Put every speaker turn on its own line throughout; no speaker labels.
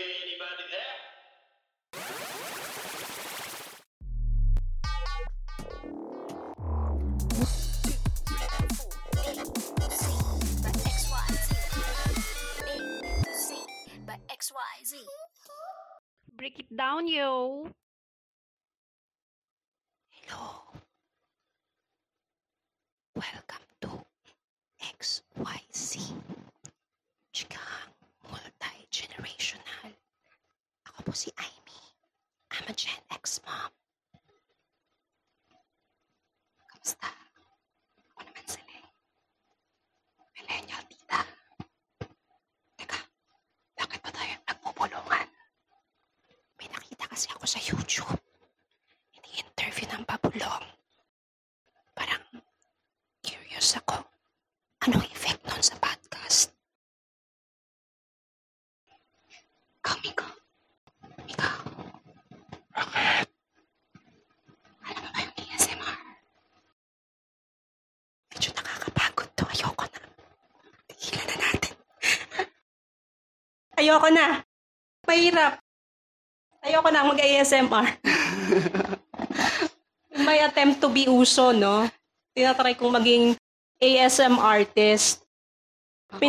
gonna be there.
XYZ.
Break it down, yo.
Hello. Welcome to XYZ. Chikahang multi-generational. Ako po si Amy. I'm a Gen X mom. Kamusta? Ako naman si Leng. Millennial tita. Teka, bakit ba tayo nagpupulungan? May nakita kasi ako sa YouTube ini-interview ng pabulong. Parang curious ako. Anong effect nun sa podcast? Kami ko. Ikaw. Bakit? Alam mo ba yung ASMR? Medyo nakakapagod to. Ayoko na. Tigilan na natin.
Ayoko na. Mahirap. Ayoko na mag-ASMR. May attempt to be uso, no? Tinatry kong maging ASM artist. Pinapanood-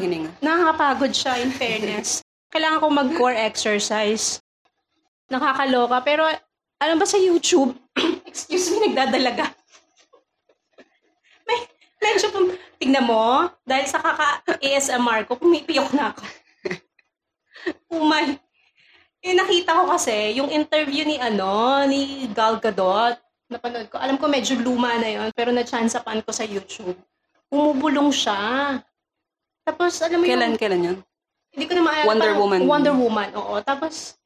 Pinapanood. hininga.
Nakakapagod siya, in fairness. Kailangan ko mag-core exercise. Nakakaloka. Pero, alam ba sa YouTube? Excuse me, nagdadalaga. May, medyo, pum- tignan mo, dahil sa kaka-ASMR ko, pumipiyok na ako. Umay. Eh, nakita ko kasi, yung interview ni, ano, ni Gal Gadot, napanood ko. Alam ko, medyo luma na yon pero na-chansapan ko sa YouTube. Umubulong siya. Tapos, alam mo yung-
Kailan, kailan yun?
hindi ko na maalala.
Wonder
parang
Woman.
Wonder Woman, oo. Tapos,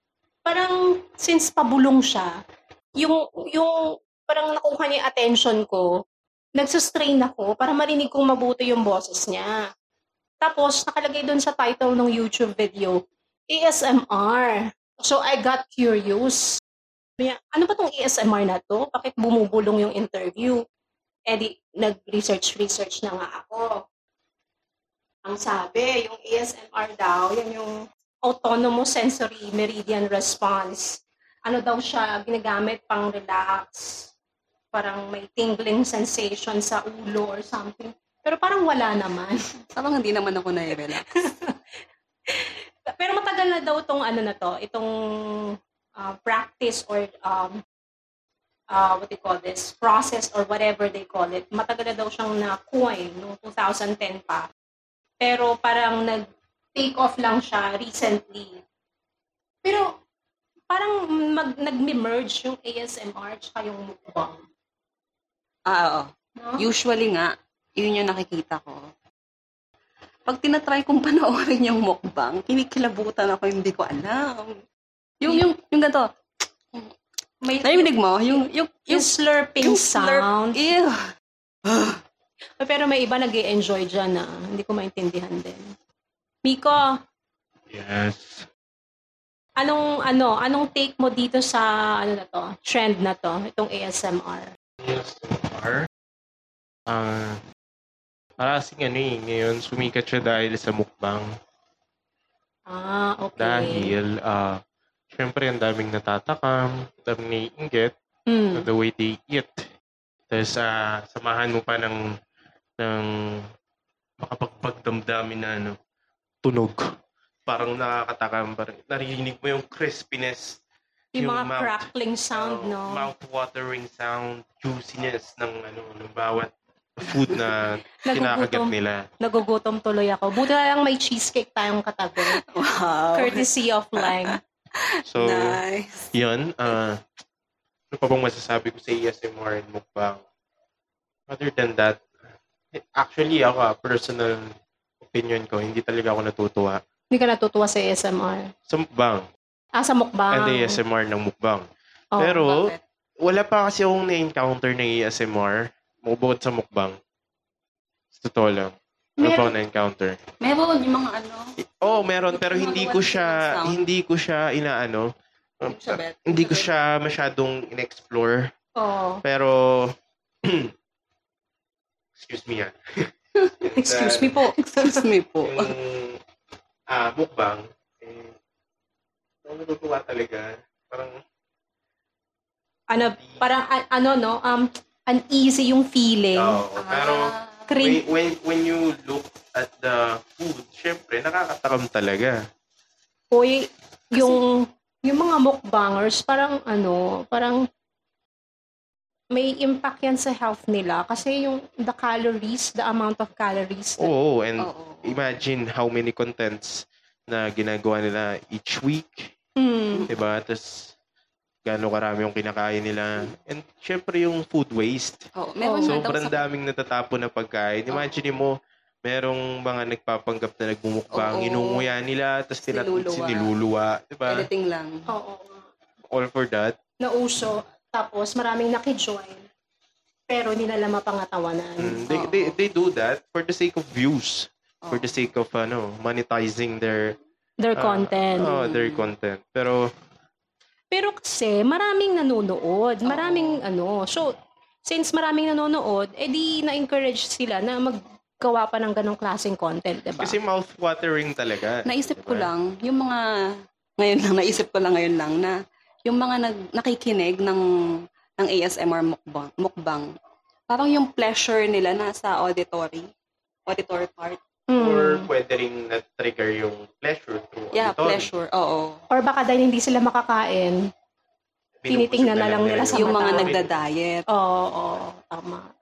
parang since pabulong siya, yung, yung parang nakuha niya yung attention ko, nagsustrain ako para marinig kong mabuti yung boses niya. Tapos, nakalagay doon sa title ng YouTube video, ASMR. So, I got curious. Sabi niya, Ano ba tong ASMR na to? Bakit bumubulong yung interview? Eh di, nag-research-research na nga ako ang sabi, yung E ASMR daw, yan yung autonomous sensory meridian response. Ano daw siya ginagamit pang relax, parang may tingling sensation sa ulo or something. Pero parang wala naman.
Parang hindi naman ako na-relax.
Pero matagal na daw itong ano na to, itong uh, practice or um, uh, what they call this, process or whatever they call it. Matagal na daw siyang na-coin noong 2010 pa. Pero parang nag-take off lang siya recently. Pero parang mag, nag-merge yung ASMR tsaka yung mukbang.
Ah, oo.
No?
Usually nga, yun yung nakikita ko. Pag tinatry kong panoorin yung mukbang, kinikilabutan ako, hindi ko alam. Yung, yung, yung ganito.
May,
Narinig mo? Yung,
yung
yung, yung,
slurping
yung slurp.
sound.
ew.
Pero may iba nag enjoy dyan ah. Hindi ko maintindihan din. Miko,
Yes.
Anong ano, anong take mo dito sa ano na to, trend na to, itong ASMR?
Yes, are. Ah, para kasing ano eh, ngayon sumikat siya dahil sa mukbang.
Ah, okay.
Dahil, ah, syempre ang daming natatakam, daming naiinggit,
Hmm.
the way they eat. Tapos ah, samahan mo pa ng ng makapagpagdamdamin na ano, tunog. Parang nakakatakam. Parang narinig mo yung crispiness.
Yung, mga
mouth-
crackling sound,
oh,
no?
Mouth-watering sound, juiciness ng ano, ng bawat food na kinakagat
Nagugutom,
nila.
nagugutom tuloy ako. Buti na lang may cheesecake tayong katabi.
Wow.
Courtesy of Lang.
So,
nice.
yun. ah ano pa bang masasabi ko sa ASMR and mukbang? Other than that, eh, actually ako, ah, personal opinion ko, hindi talaga ako natutuwa.
Hindi ka natutuwa sa ASMR.
Sa mukbang.
Ah, sa mukbang. Oh.
And ASMR ng mukbang.
Oo.
Pero, wala pa kasi akong na-encounter ng ASMR bukod sa mukbang. Sa totoo lang. Ano pa
Meron.
akong na-encounter?
Meron yung mga ano,
Oo, oh, meron. Pero hindi ko siya, hindi ko siya inaano.
yung sa bed.
Ah, Hindi ko siya masyadong in-explore.
Oo.
Pero, excuse me ah.
Excuse me po.
Excuse me po.
Yung ah, mukbang, eh, ang parang natutuwa talaga. Parang,
Ano, parang a- ano, no? Um, uneasy yung feeling.
oo. pero,
Cring-
when, when, when you look at the food, syempre, nakakatakam talaga.
o y- yung yung mga mukbangers parang ano, parang may impact yan sa health nila kasi yung the calories, the amount of calories. na-
Oo, and
Ah, Oo.
imagine how many contents na ginagawa nila each week.
Mm.
Hmm.
Diba? Tapos, gano'ng karami yung kinakain nila. And syempre yung food waste.
Oo, meron
Oo.
na daw
Sobrang
sa-
daming natatapon na pagkain. Imagine mo, merong mga nagpapanggap na nagmumukbang,
Oo.
inunguya nila, tapos tinat-
Siniluluwa.
siniluluwa. Diba?
Editing lang.
Oo.
All for that.
Nauso. Tapos maraming nakijoin. Pero nilalama pangatawanan.
Hmm.
Mm, they, they, they do that for the sake of views.
Oo.
For the sake of, ano, monetizing their,
Their
Ah,
content.
oh, their content. Pero,
Pero kasi maraming nanonood, maraming ano. So since maraming nanonood, edi na-encourage sila na maggawa pa ng ganong klaseng content, 'di ba?
kasi mouth-watering talaga.
diba? Naisip ko
diba?
lang, yung mga, ngayon lang, naisip ko lang ngayon lang na yung mga nag, nakikinig ng, ng ASMR mukbang, mukbang, parang yung pleasure nila nasa auditory, auditory part.
Mm.
Or pwede rin na-trigger yung pleasure through
Yeah,
auditory.
pleasure, oo.
Or baka dahil hindi sila makakain. Tinitingnan na lang nila sa
Yung
mata.
mga nagda-diet.
Oo, oo, tama.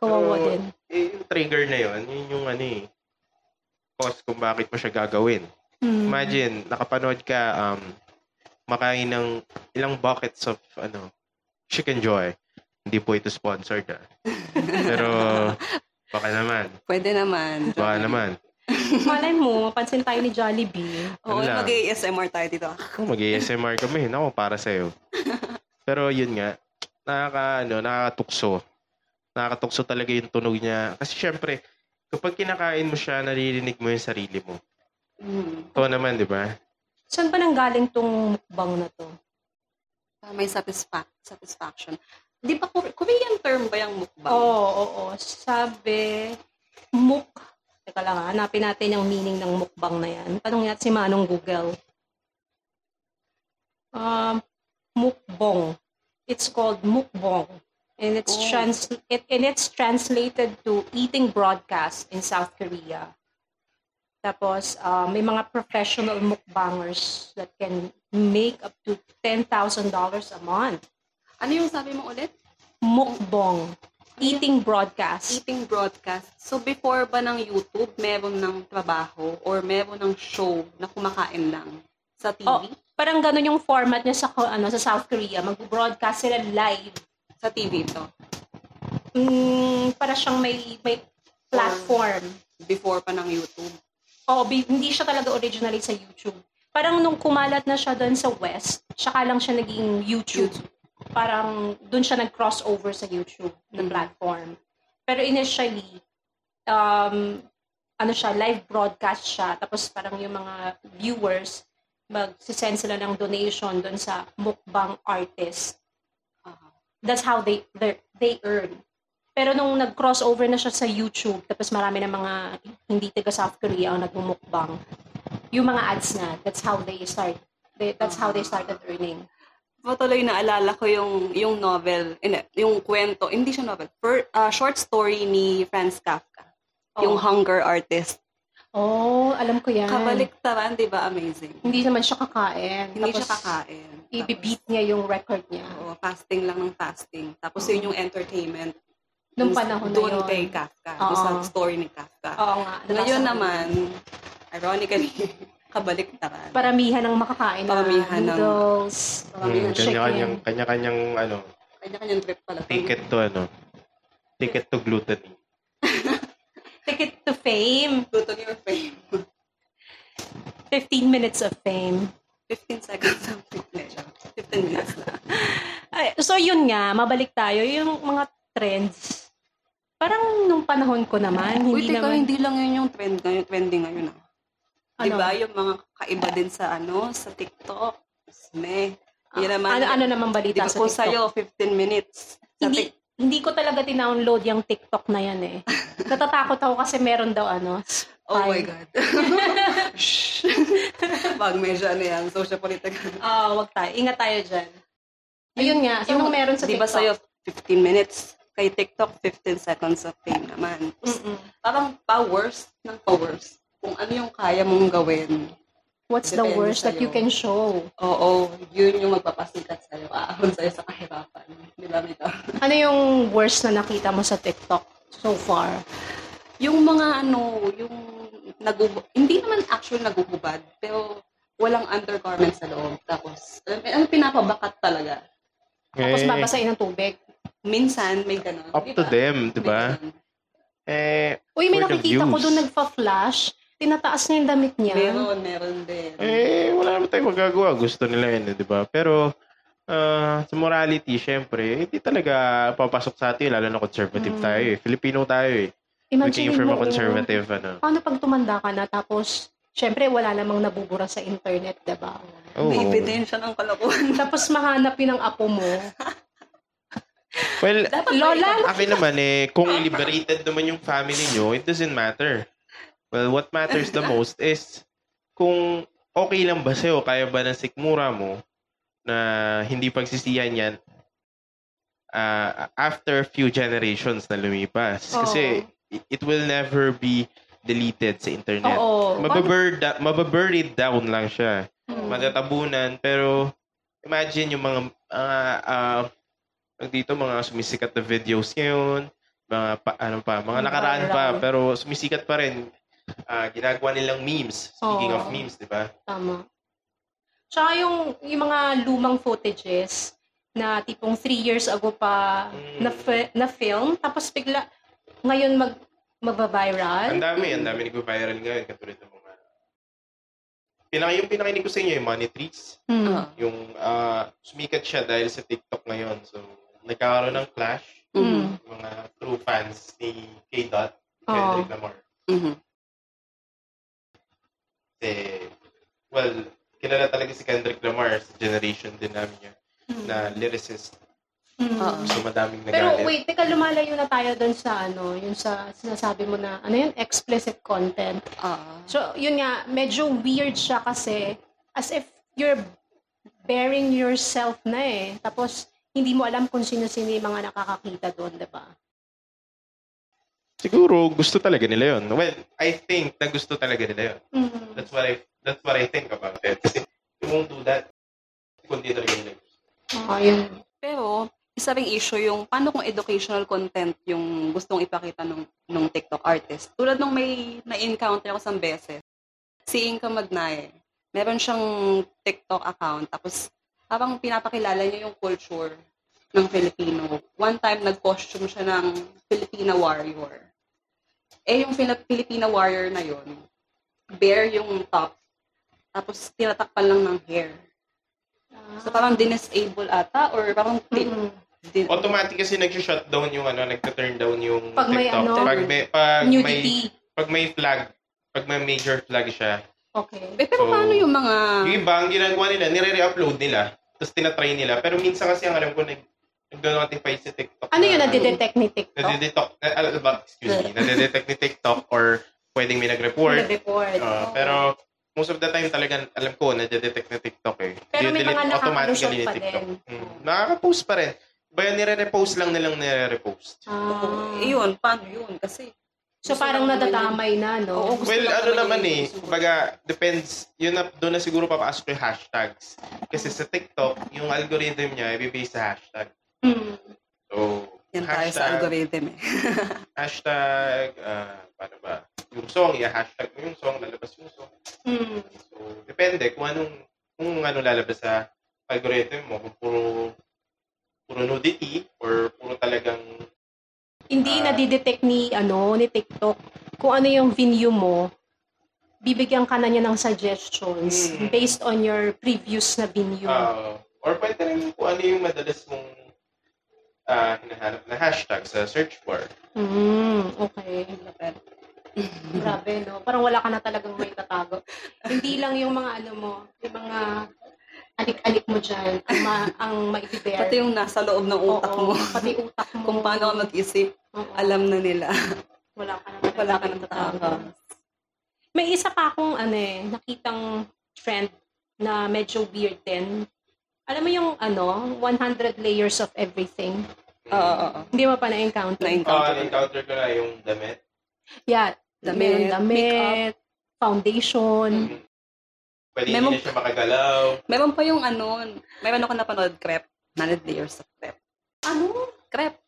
Kawawa
So,
din.
Eh, yung trigger na yun, yun yung ano eh, cause kung bakit mo siya gagawin.
Mm.
Imagine, nakapanood ka, um, makain ng ilang buckets of, ano, chicken joy. Hindi po ito sponsored, ah. Pero, baka naman.
Pwede naman.
Baka naman.
Malay mo, mapansin tayo ni Jollibee.
Oo,
Ano lang.
mag-ASMR tayo dito.
Kung mag-ASMR kami, nako, para sa'yo. Pero yun nga, nakaka, ano, nakakatukso. Nakakatukso talaga yung tunog niya. Kasi syempre, kapag kinakain mo siya, naririnig mo yung sarili mo.
Mm.
Ito naman, di ba?
Saan ba nang galing tong mukbang na to?
Para May satisfa- satisfaction. Di ba, Kor- Korean term ba yung mukbang?
Oo, oo, oo. Sabi, muk. Teka lang ha, hanapin natin yung meaning ng mukbang na yan. Tanong natin si Manong Google. Um, mukbong. It's called mukbong. And it's,
Oh.
trans- it, and it's translated to eating broadcast in South Korea. Tapos, uh, may mga professional mukbangers that can make up to $10,000 a month.
Ano yung sabi mo ulit?
Mukbong. Eating broadcast.
eating broadcast. So, before ba ng YouTube, meron ng trabaho or meron ng show na kumakain lang sa TV?
Oh. parang ganun yung format niya sa ko- ano sa South Korea. Mag-broadcast sila live.
Sa TV to.
Mm, para siyang may may platform.
Before pa ng YouTube.
Oh, bi- hindi siya talaga originally sa YouTube. Parang nung kumalat na siya doon sa West, saka lang siya naging YouTube. Parang doon siya nag-crossover sa YouTube na
Mm.
platform. Pero initially, um, ano siya, live broadcast siya. Tapos parang yung mga viewers, mag-send sila ng donation doon sa mukbang artist. Uh,
Ah.
that's how they they they earn. Pero nung nag-crossover na siya sa YouTube, tapos marami na mga hindi taga South Korea ang nagmumukbang, yung mga ads na, that's how they start. They, that's how they started earning.
Patuloy naalala ko yung, yung novel, hindi, yung kwento, hindi siya novel, per, ah, short story ni Franz Kafka. Yung Hunger Artist.
Oh, alam ko yan.
Kabaliktaran, di ba? Amazing.
Hindi naman siya kakain.
Hindi
tapos,
siya kakain. Tapos,
Ibibeat niya yung record niya.
oo, fasting lang ng fasting. Tapos
Oo.
yun yung entertainment.
Nung panahon na
Doon
yun.
kay Kafka. Doon sa
Oo.
story ni Kafka.
Oo nga. nabasa ko
Ngayon naman, ironically, kabaliktaran.
yun. Paramihan ng makakain na
Paramihan ng-
noodles,
Mm,
Parang
kanya-kanyang, kanya-kanyang, ano,
kanya-kanyang trip pala.
ticket to, ano, ticket to gluten.
ticket to fame,
Gluten your fame.
15 minutes of fame.
15 seconds of pleasure. 15 minutes lang.
Ay, so yun nga, mabalik tayo yung mga trends. Parang nung panahon ko naman, Ah,
Uy,
hindi
teka,
naman
hindi lang yun yung trend ngayon, trending ngayon ah.
ano,
Di ba? Yung mga kaiba din sa ano, sa TikTok. Sme. Yun naman.
ano, ano naman
Di
balita
ba
sa
kung
TikTok.
sa'yo, 15 minutes. Sa
hindi
Tik-
hindi ko talaga tinownload yung TikTok na yan eh. Natatakot ako kasi meron daw ano,
Oh my God. Shh. Pag medyo ano yan, social political.
Ah, wag tayo. Ingat tayo dyan. Ayun nga,
yung-
anong meron sa
Ah, Di ba
TikTok?
sa'yo, 15 minutes? Kay TikTok, 15 seconds of fame naman. Tapos,
Mm-mm.
parang pa-worst ng pa-worst. Kung ano yung kaya mong gawin.
What's the
Depende
worst that you
sa'yo.
can show?
Oo, yun yung magpapasikat sa'yo. Aahon sa'yo sa kahirapan. Di ba, Mito?
Ano yung worst na nakita mo sa TikTok so far?
Yung mga ano, yung nagub hindi naman actual naguhubad, pero walang undergarment sa loob. Tapos, alam, alam pinapabakat talaga.
Tapos
Eh,
babasain ng tubig.
Minsan, may ganun.
Up
di ba?
to them, di
May
ba?
ganun.
Eh,
Uy, may
For the
nakikita ko
views.
doon nagpa-flash. Tinataas niya yung damit niya.
Meron, meron din.
eh, wala naman tayong magagawa. Gusto nila yun, eh, di ba? Pero, ah, sa morality, syempre, hindi talaga papasok sa atin, lalo na conservative
Mm.
tayo eh. Filipino tayo eh. We
Imagine
came from
mo,
a conservative, ano.
paano pag tumanda ka na tapos, syempre, wala namang nabubura sa internet, diba?
Oh.
May ebidensya ng kalokohan.
Tapos mahanap yun ang apo mo.
Well,
Dapat
Lola,
akin naman eh, kung liberated naman yung family nyo, it doesn't matter. Well, what matters the most is kung okay lang ba sa'yo, kaya ba ng sikmura mo na hindi pagsisiyan yan ah, after a few generations na lumipas. Kasi i- it will never be deleted sa internet.
Oo.
Mababur- da- mababuried down lang siya.
Mm.
Matatabunan, pero imagine yung mga ah, ah, tawag dito mga sumisikat na videos ngayon, mga pa, ano pa, mga
Mga
nakaraan pa
viral.
pero sumisikat pa rin. Ah, ginagawa nilang memes. Speaking
Oo.
of memes, 'di ba?
Tama. Tsaka yung, yung mga lumang footages na tipong three years ago pa
Mm.
na, fi- na film, tapos bigla, ngayon mag,
Ang
magbabiral.
dami, ang dami nagbo-viral ngayon katulad ng mga Pinaka yung pinakainig ko sa inyo yung money trees,
Hmm.
Ah.
yung ah, sumikat siya dahil sa TikTok ngayon. So, nagkaroon ng clash
Mhm.
yung mga true fans ni K. Dot,
Oo.
Kendrick Lamar.
Mhm.
Kasi, well, kilala talaga si Kendrick Lamar sa generation din namin yun, na lyricist.
Hmm.
Oo.
So, madaming nagalit.
Pero wait, teka, lumalayo na tayo doon sa ano, yung sa sinasabi mo na, ano yun, explicit content.
Ah.
So, yun nga, medyo weird siya kasi as if you're bearing yourself na eh. Tapos, hindi mo alam kung sino-sino yung mga nakakakita doon, di ba?
Siguro, gusto talaga nila yun. Well, I think na gusto talaga nila yun. That's what I, that's what I think about it. Kasi, you won't do that kung di talaga nila. gusto.
Oh, yun.
Pero, isa ring issue yung paano kung educational content yung gustong ipakita nung, nung TikTok artist. Tulad nung may na-encounter ako isang beses, si Inka Magnae. Meron siyang TikTok account, tapos habang pinapakilala niya yung culture ng Filipino. One time, nag-costume siya ng Filipina warrior. Eh, yung Fili- Filipina warrior na yon bare yung top, tapos tinatakpan lang ng hair. So, parang dinisable ata, or parang ti-
Mm.
Din-
Automatic kasi nag-shutdown yung ano, nag-turn down yung
Pag may
TikTok.
ano,
pag may, pag may,
Nudity.
pag may flag, pag may major flag siya,
Okay.
Eh, pero
So,
paano yung mga...
Ah.
Yung iba, ang ginagawa nila, nire-upload nila. Tapos tinatry nila. Pero minsan kasi ang alam ko, nag- nag-notify si TikTok.
Ano yun,
na, ano,
nadidetect ni TikTok?
nadidetect, na, alam ah, ba, excuse me, nadidetect ni TikTok or pwedeng may nag-report.
Nade-report.
Uh, pero most of the time talaga, alam ko, nadidetect ni TikTok eh.
Pero may
Didelete
mga
automatically
nakakalusot
ni
pa
TikTok.
din.
Mm. Nakaka-post pa rin. Ba yun, nire-repost lang nilang nire-repost.
Ah.
Eh, yun, paano yun? Kasi...
So, parang nadatamay na, no?
Oo, gusto
Well,
lang
ano
naman
naman
yung
eh,
gusto.
kumbaga, depends, yun na, doon na siguro papasok yung hashtags. Kasi sa TikTok, yung algorithm niya, ibibase sa hashtag.
Mm.
So,
Yan tayo sa
hashtag,
algorithm eh.
hashtag, ah, paano ba? Yung song, i-hashtag mo yung song, lalabas yung song.
Mm.
So, depende kung anong, kung ano lalabas sa algorithm mo. Kung puro, puro nudity or puro talagang,
Hindi
Ah.
nadidetect ni, ano, ni TikTok kung ano yung venue mo bibigyan ka na niya ng suggestions
Mm.
based on your previous na venue.
ah, or pwede rin kung ano yung madalas mong ah, hinahanap na hashtag sa search bar.
Mm, okay.
Lapit.
Grabe, no? Parang wala ka na talagang may tatago. Hindi lang yung mga ano mo, yung mga alik-alik mo dyan, ang, ma, ang maibibigay.
Pati yung nasa loob ng utak
Oo,
mo.
Pati utak mo.
Kung paano ka mag-isip,
Oo,
alam na nila.
Wala ka na
Wala ka nang tatawa.
May isa pa akong ano eh, nakitang trend na medyo weird din. Alam mo yung ano, 100 layers of everything.
Oo, oo, oo.
Hindi mo pa na-encounter.
Oh,
Na-encounter.
Hmm. Ah, encounter ko na yung damit.
yeah.
Damit,
Meron
makeup.
damit, foundation.
Pwede
May mag-
hindi na siya makagalaw.
Meron pa yung ano, may ano ka napanood, crepe. 100 layers of crepe.
Ano?
Crepe.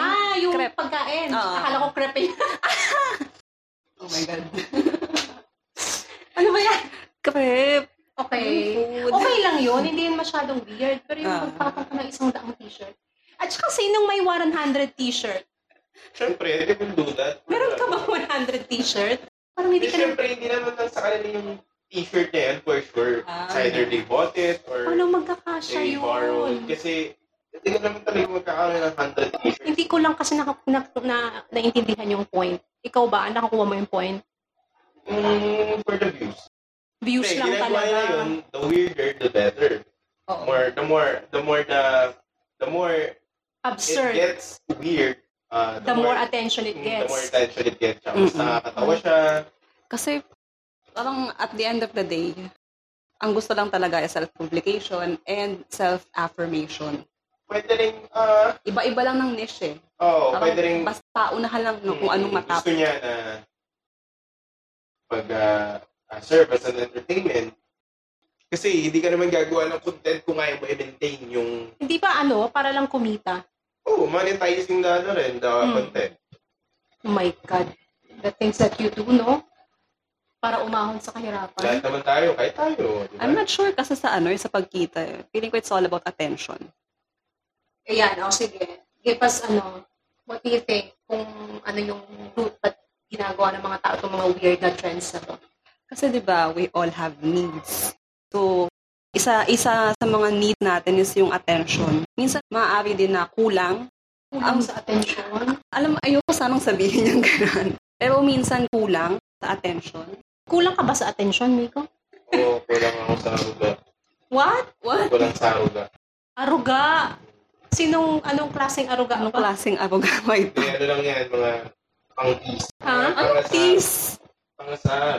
Ah, yung
Crepe. Ah.
pagkain.
Oo.
Akala ko crepe yun.
Oh my God.
ano ba yan?
crepe. Ano
Okay.
Food.
Okay lang yun. Hindi yun masyadong weird. Pero yung
Ah.
magpapang ka ng isang daang t-shirt. At saka sinong may 100 t-shirt?
Siyempre, they will do that.
Meron ka ba 100 t-shirt? Parang hindi
Hindi
ka na...
siyempre, hindi naman lang sa kanila yung t-shirt na yan for sure.
Ah.
It's either they bought it or
Paano magkakasya
they borrowed.
Ano yun?
Kasi, hindi ka naman talaga magkakaroon ng 100 t-shirt.
Hindi ko lang kasi naka, na, na, naintindihan yung point. Ikaw ba? Nakakuha mo yung point?
Mm, for the views.
Views
Kasi
lang
ginagawa
talaga.
nila yun, the weirder, the better.
Oo.
More, the more, the more the, the more it
Absurd.
gets weird, uh,
The more attention it
mm, the more
gets.
attention it gets. Siya. Mas
Mm-mm.
nakakatawa siya.
Kasi, parang at the end of the day, ang gusto lang talaga is self-publication and self-affirmation.
Pwede rin, ah,
Iba-iba lang ng niche eh.
oh,
Parang
pwede rin,
Basta paunahan lang no, kung
mm,
Ano anong matapos.
Gusto niya na pag ah, ah, serve as an entertainment, kasi hindi ka naman gagawa ng content kung kaya mo i-maintain yung
Hindi ba ano? Para lang kumita.
oh, monetizing na ano rin the
Hmm.
Mm.
content.
Oh my God. The things that you do, no? Para umahon sa kahirapan.
Lahat naman tayo, kahit tayo. di ba?
I'm not sure kasi sa ano, eh, sa pagkita. eh. Feeling ko it's all about attention.
Ayan, o sige. Give us, ano, what do you think kung ano yung route at ginagawa ng mga tao itong mga weird na trends na to?
Kasi 'di ba, we all have needs. So, isa isa sa mga need natin is yung attention. Minsan maaari din na kulang.
Kulang
Ang-
sa attention.
Alam ayoko sanang sabihin yung ganun. Pero minsan kulang sa attention.
Kulang ka ba sa attention, Miko?
Oo, kulang ako sa aruga.
What?
What?
Kulang sa aruga.
Aruga! Sinong, anong klaseng aruga?
Anong
Ano
klaseng arugama ito?
Hindi, ano lang yan, mga pang-tease.
Ha?
Anong Ano? tease?
Pangasar.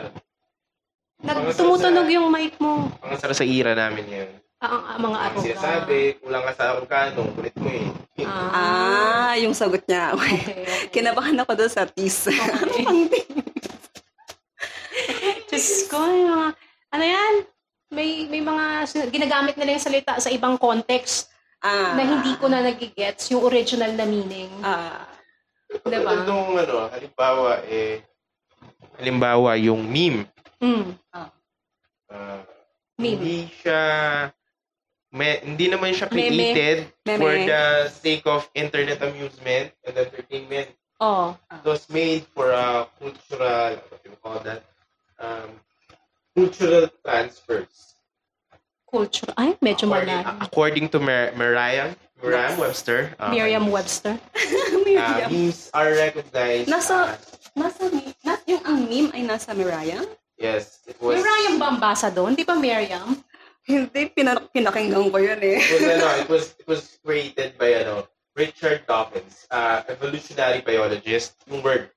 Nagtumutunog yung mic mo.
Pangasar sa ira namin yan.
Ah, ah, ah, mga
Ang
aruga.
sinasabi, kulang ka sa aruga, no? Kulit mo eh.
Ah,
Ah, yung sagot niya. Okay.
okay. okay.
Kinabahan ako doon sa tease.
Okay. Diyos ko, yung mga, ano yan? May, may mga, sin- ginagamit nila yung salita sa ibang context
ah.
na hindi ko na nagigets yung original na meaning.
Ah.
Diba?
Diba? Itong ano, halimbawa eh, halimbawa yung meme,
Mm.
ah,
Meme.
hindi siya, me, hindi naman siya
Meme.
created
Meme.
for the sake of internet amusement and entertainment.
Oh.
It was made for a cultural, what do you call that? Um, cultural transfers.
Culture. Ay, medyo
according,
malalim.
according to Mer- Merriam, Merriam Webster, um,
Miriam Webster.
uh, memes are recognized.
Nasa-
as-
Nasa, na, yung ang meme ay nasa Miraya?
yes, it was.
Miriam ba ang basa doon? Di ba Miriam?
Hindi, pinak- pinakinggan ko yun eh.
It was, ano, it was, it was created by ano, Richard Dawkins, uh, evolutionary biologist. Yung word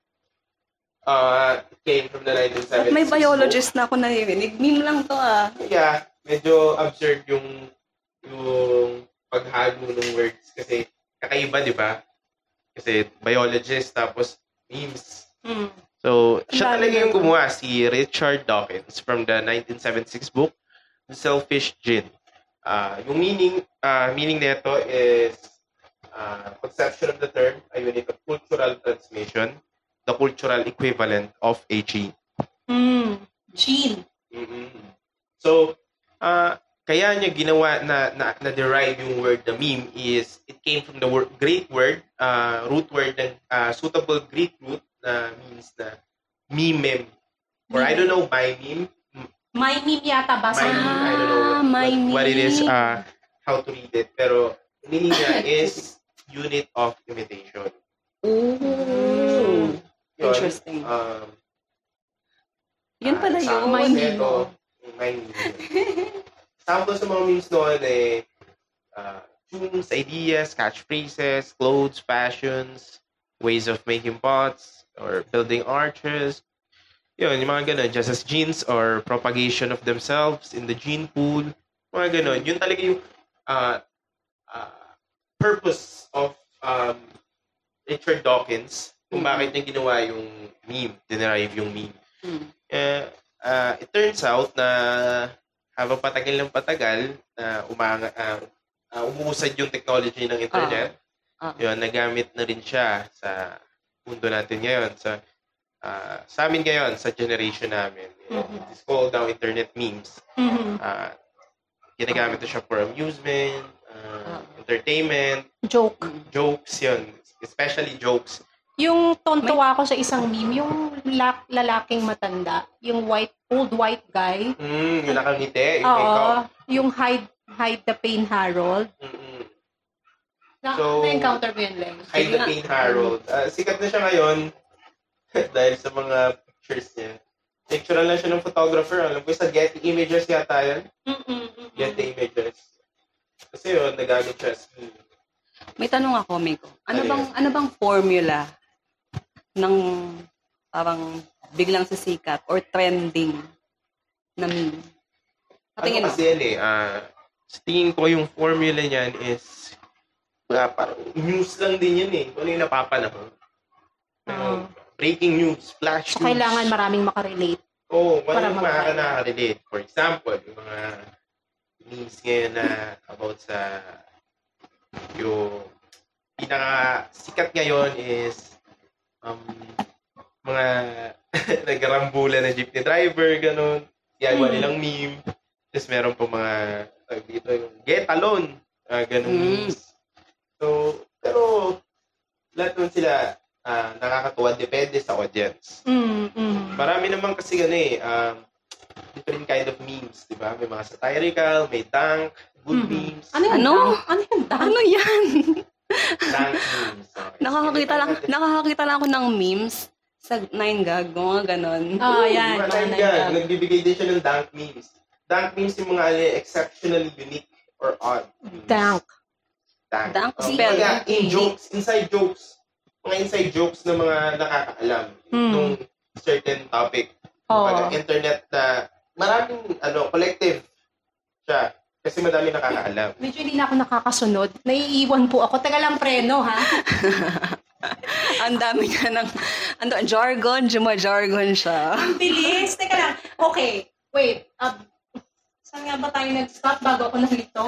uh, came from the 1970s.
Ba't may biologist na ako naririnig? Meme lang to ah.
Yeah, medyo absurd yung yung paghago ng words kasi kakaiba, di ba? Kasi biologist tapos memes.
Mm.
So,
Ang dami
siya talaga yung
na-
gumawa, si Richard Dawkins from the 1976 book, The Selfish Gene. Ah, yung meaning, ah, meaning nito is ah, conception of the term, a unit of cultural transmission, the cultural equivalent of a gene.
Mm. Gene.
Mm-mm. Mm-hmm. So, ah, kaya niya ginawa na, na, na-derive yung word na meme is it came from the word, Greek word, ah, root word, ng ah, suitable Greek root na means na meme, or I don't know, my meme,
My meme yata Ah,
my
basa.
meme, I don't know what,
Ah, my
what, what it is,
meme.
ah, how to read it, pero meaning niya is unit of imitation.
Ooh.
Yun,
Interesting.
Um,
Yun
ah,
pala yun.
example
my
kasi
meme.
ito, yung my meme. Sample sa mga memes noon eh, uh, tunes, ideas, catchphrases, clothes, fashions, ways of making pots, or building arches, Yun, yung mga ganun, just as genes or propagation of themselves in the gene pool, mga ganun. Yun talaga yung uh, uh, purpose of um, Richard Dawkins kung
Mm.
bakit niya ginawa yung meme, dinerive yung meme.
Mm.
Eh, ah, it turns out na habang patagal ng patagal na umanga, ah, ah, umuusad yung technology ng internet,
Ah. Ah.
yun, nagamit na rin siya sa mundo natin ngayon. Sa, ah, sa amin ngayon, sa generation namin. Yun,
Mm-hmm.
Mhm.
It's called now internet memes.
Mhm.
Ah, ginagamit na siya for amusement,
Ah.
ah, entertainment,
Joke.
Mm.
jokes yun. Especially jokes.
Yung tontuwa ko sa isang meme, yung lak- lalaking matanda, yung white, old white guy.
Mm, yung nakangiti, yung makeup.
Oo. Yung hide, hide the pain Harold.
Mm-mm.
Na,
So-
na-encounter ko yun, Leng.
Kay
Sige
the
nga.
Pain Harold. Ah, sikat na siya ngayon dahil sa mga pictures niya. Picture lang siya ng photographer. Alam ko sa Getty Images yata yan.
Mm-mm, mm-mm.
Getty Images. Kasi yun, nagamit siya as meme.
May tanong ako, Miko. Ano
Ano
bang ano bang formula ng parang biglang sisikat or trending na meme? Sa tingin mo?
Ano kasi yan eh, ah, sa tingin ko yung formula niyan is wala, parang news lang din yun eh. Kung ano yung napapanahon.
Ah.
Ayun, breaking news, flash
So,
news.
kailangan maraming makarelate.
Oo, oh,
Para
wala yung
magkaya.
makaka-relate. For example, yung mga memes ngayon na about sa yung pinaka-sikat ngayon is um, mga nagarambula na jeepney driver, ganun. Gagawa
Mm.
nilang meme. Tapos meron pa mga tag dito yung get alone, ah, ganung
Mm.
memes. So, pero lahat nun sila ah, nakakatuwa depende sa audience.
Mm, Mm-mm.
Marami naman kasi ano eh, um, different kind of memes, di ba? May mga satirical, may dank, good
Mhm.
memes,
Ano yun?
Ano?
Ano yun? Ano?
Ano yan?
dank memes. Okay.
nakakakita lang,
Sige,
nakakakita lang ako ng memes sa 9gag, mga ganon.
Ah, yan.
Mga
Mga
time yan,
nangyari.
nagbibigay din siya ng dank memes. Dank memes yung mga ano, exceptionally unique or odd. memes.
Dank.
Dank.
Dank
Oh,
spell.
mga in jokes, inside jokes. Mga inside jokes na mga nakakaalam
Mm.
nung certain topic.
Oo.
Pag internet na maraming ano, collective siya. Kasi madami nakakaalam.
Medyo hindi na ako nakakasunod. Naiiwan po ako. Taga lang preno, ha?
Ang dami niya ng, ano, jargon, jumajargon siya.
Ang bilis. Teka lang. Okay. Wait. Uh, saan nga ba tayo nag-stop bago ako nalito?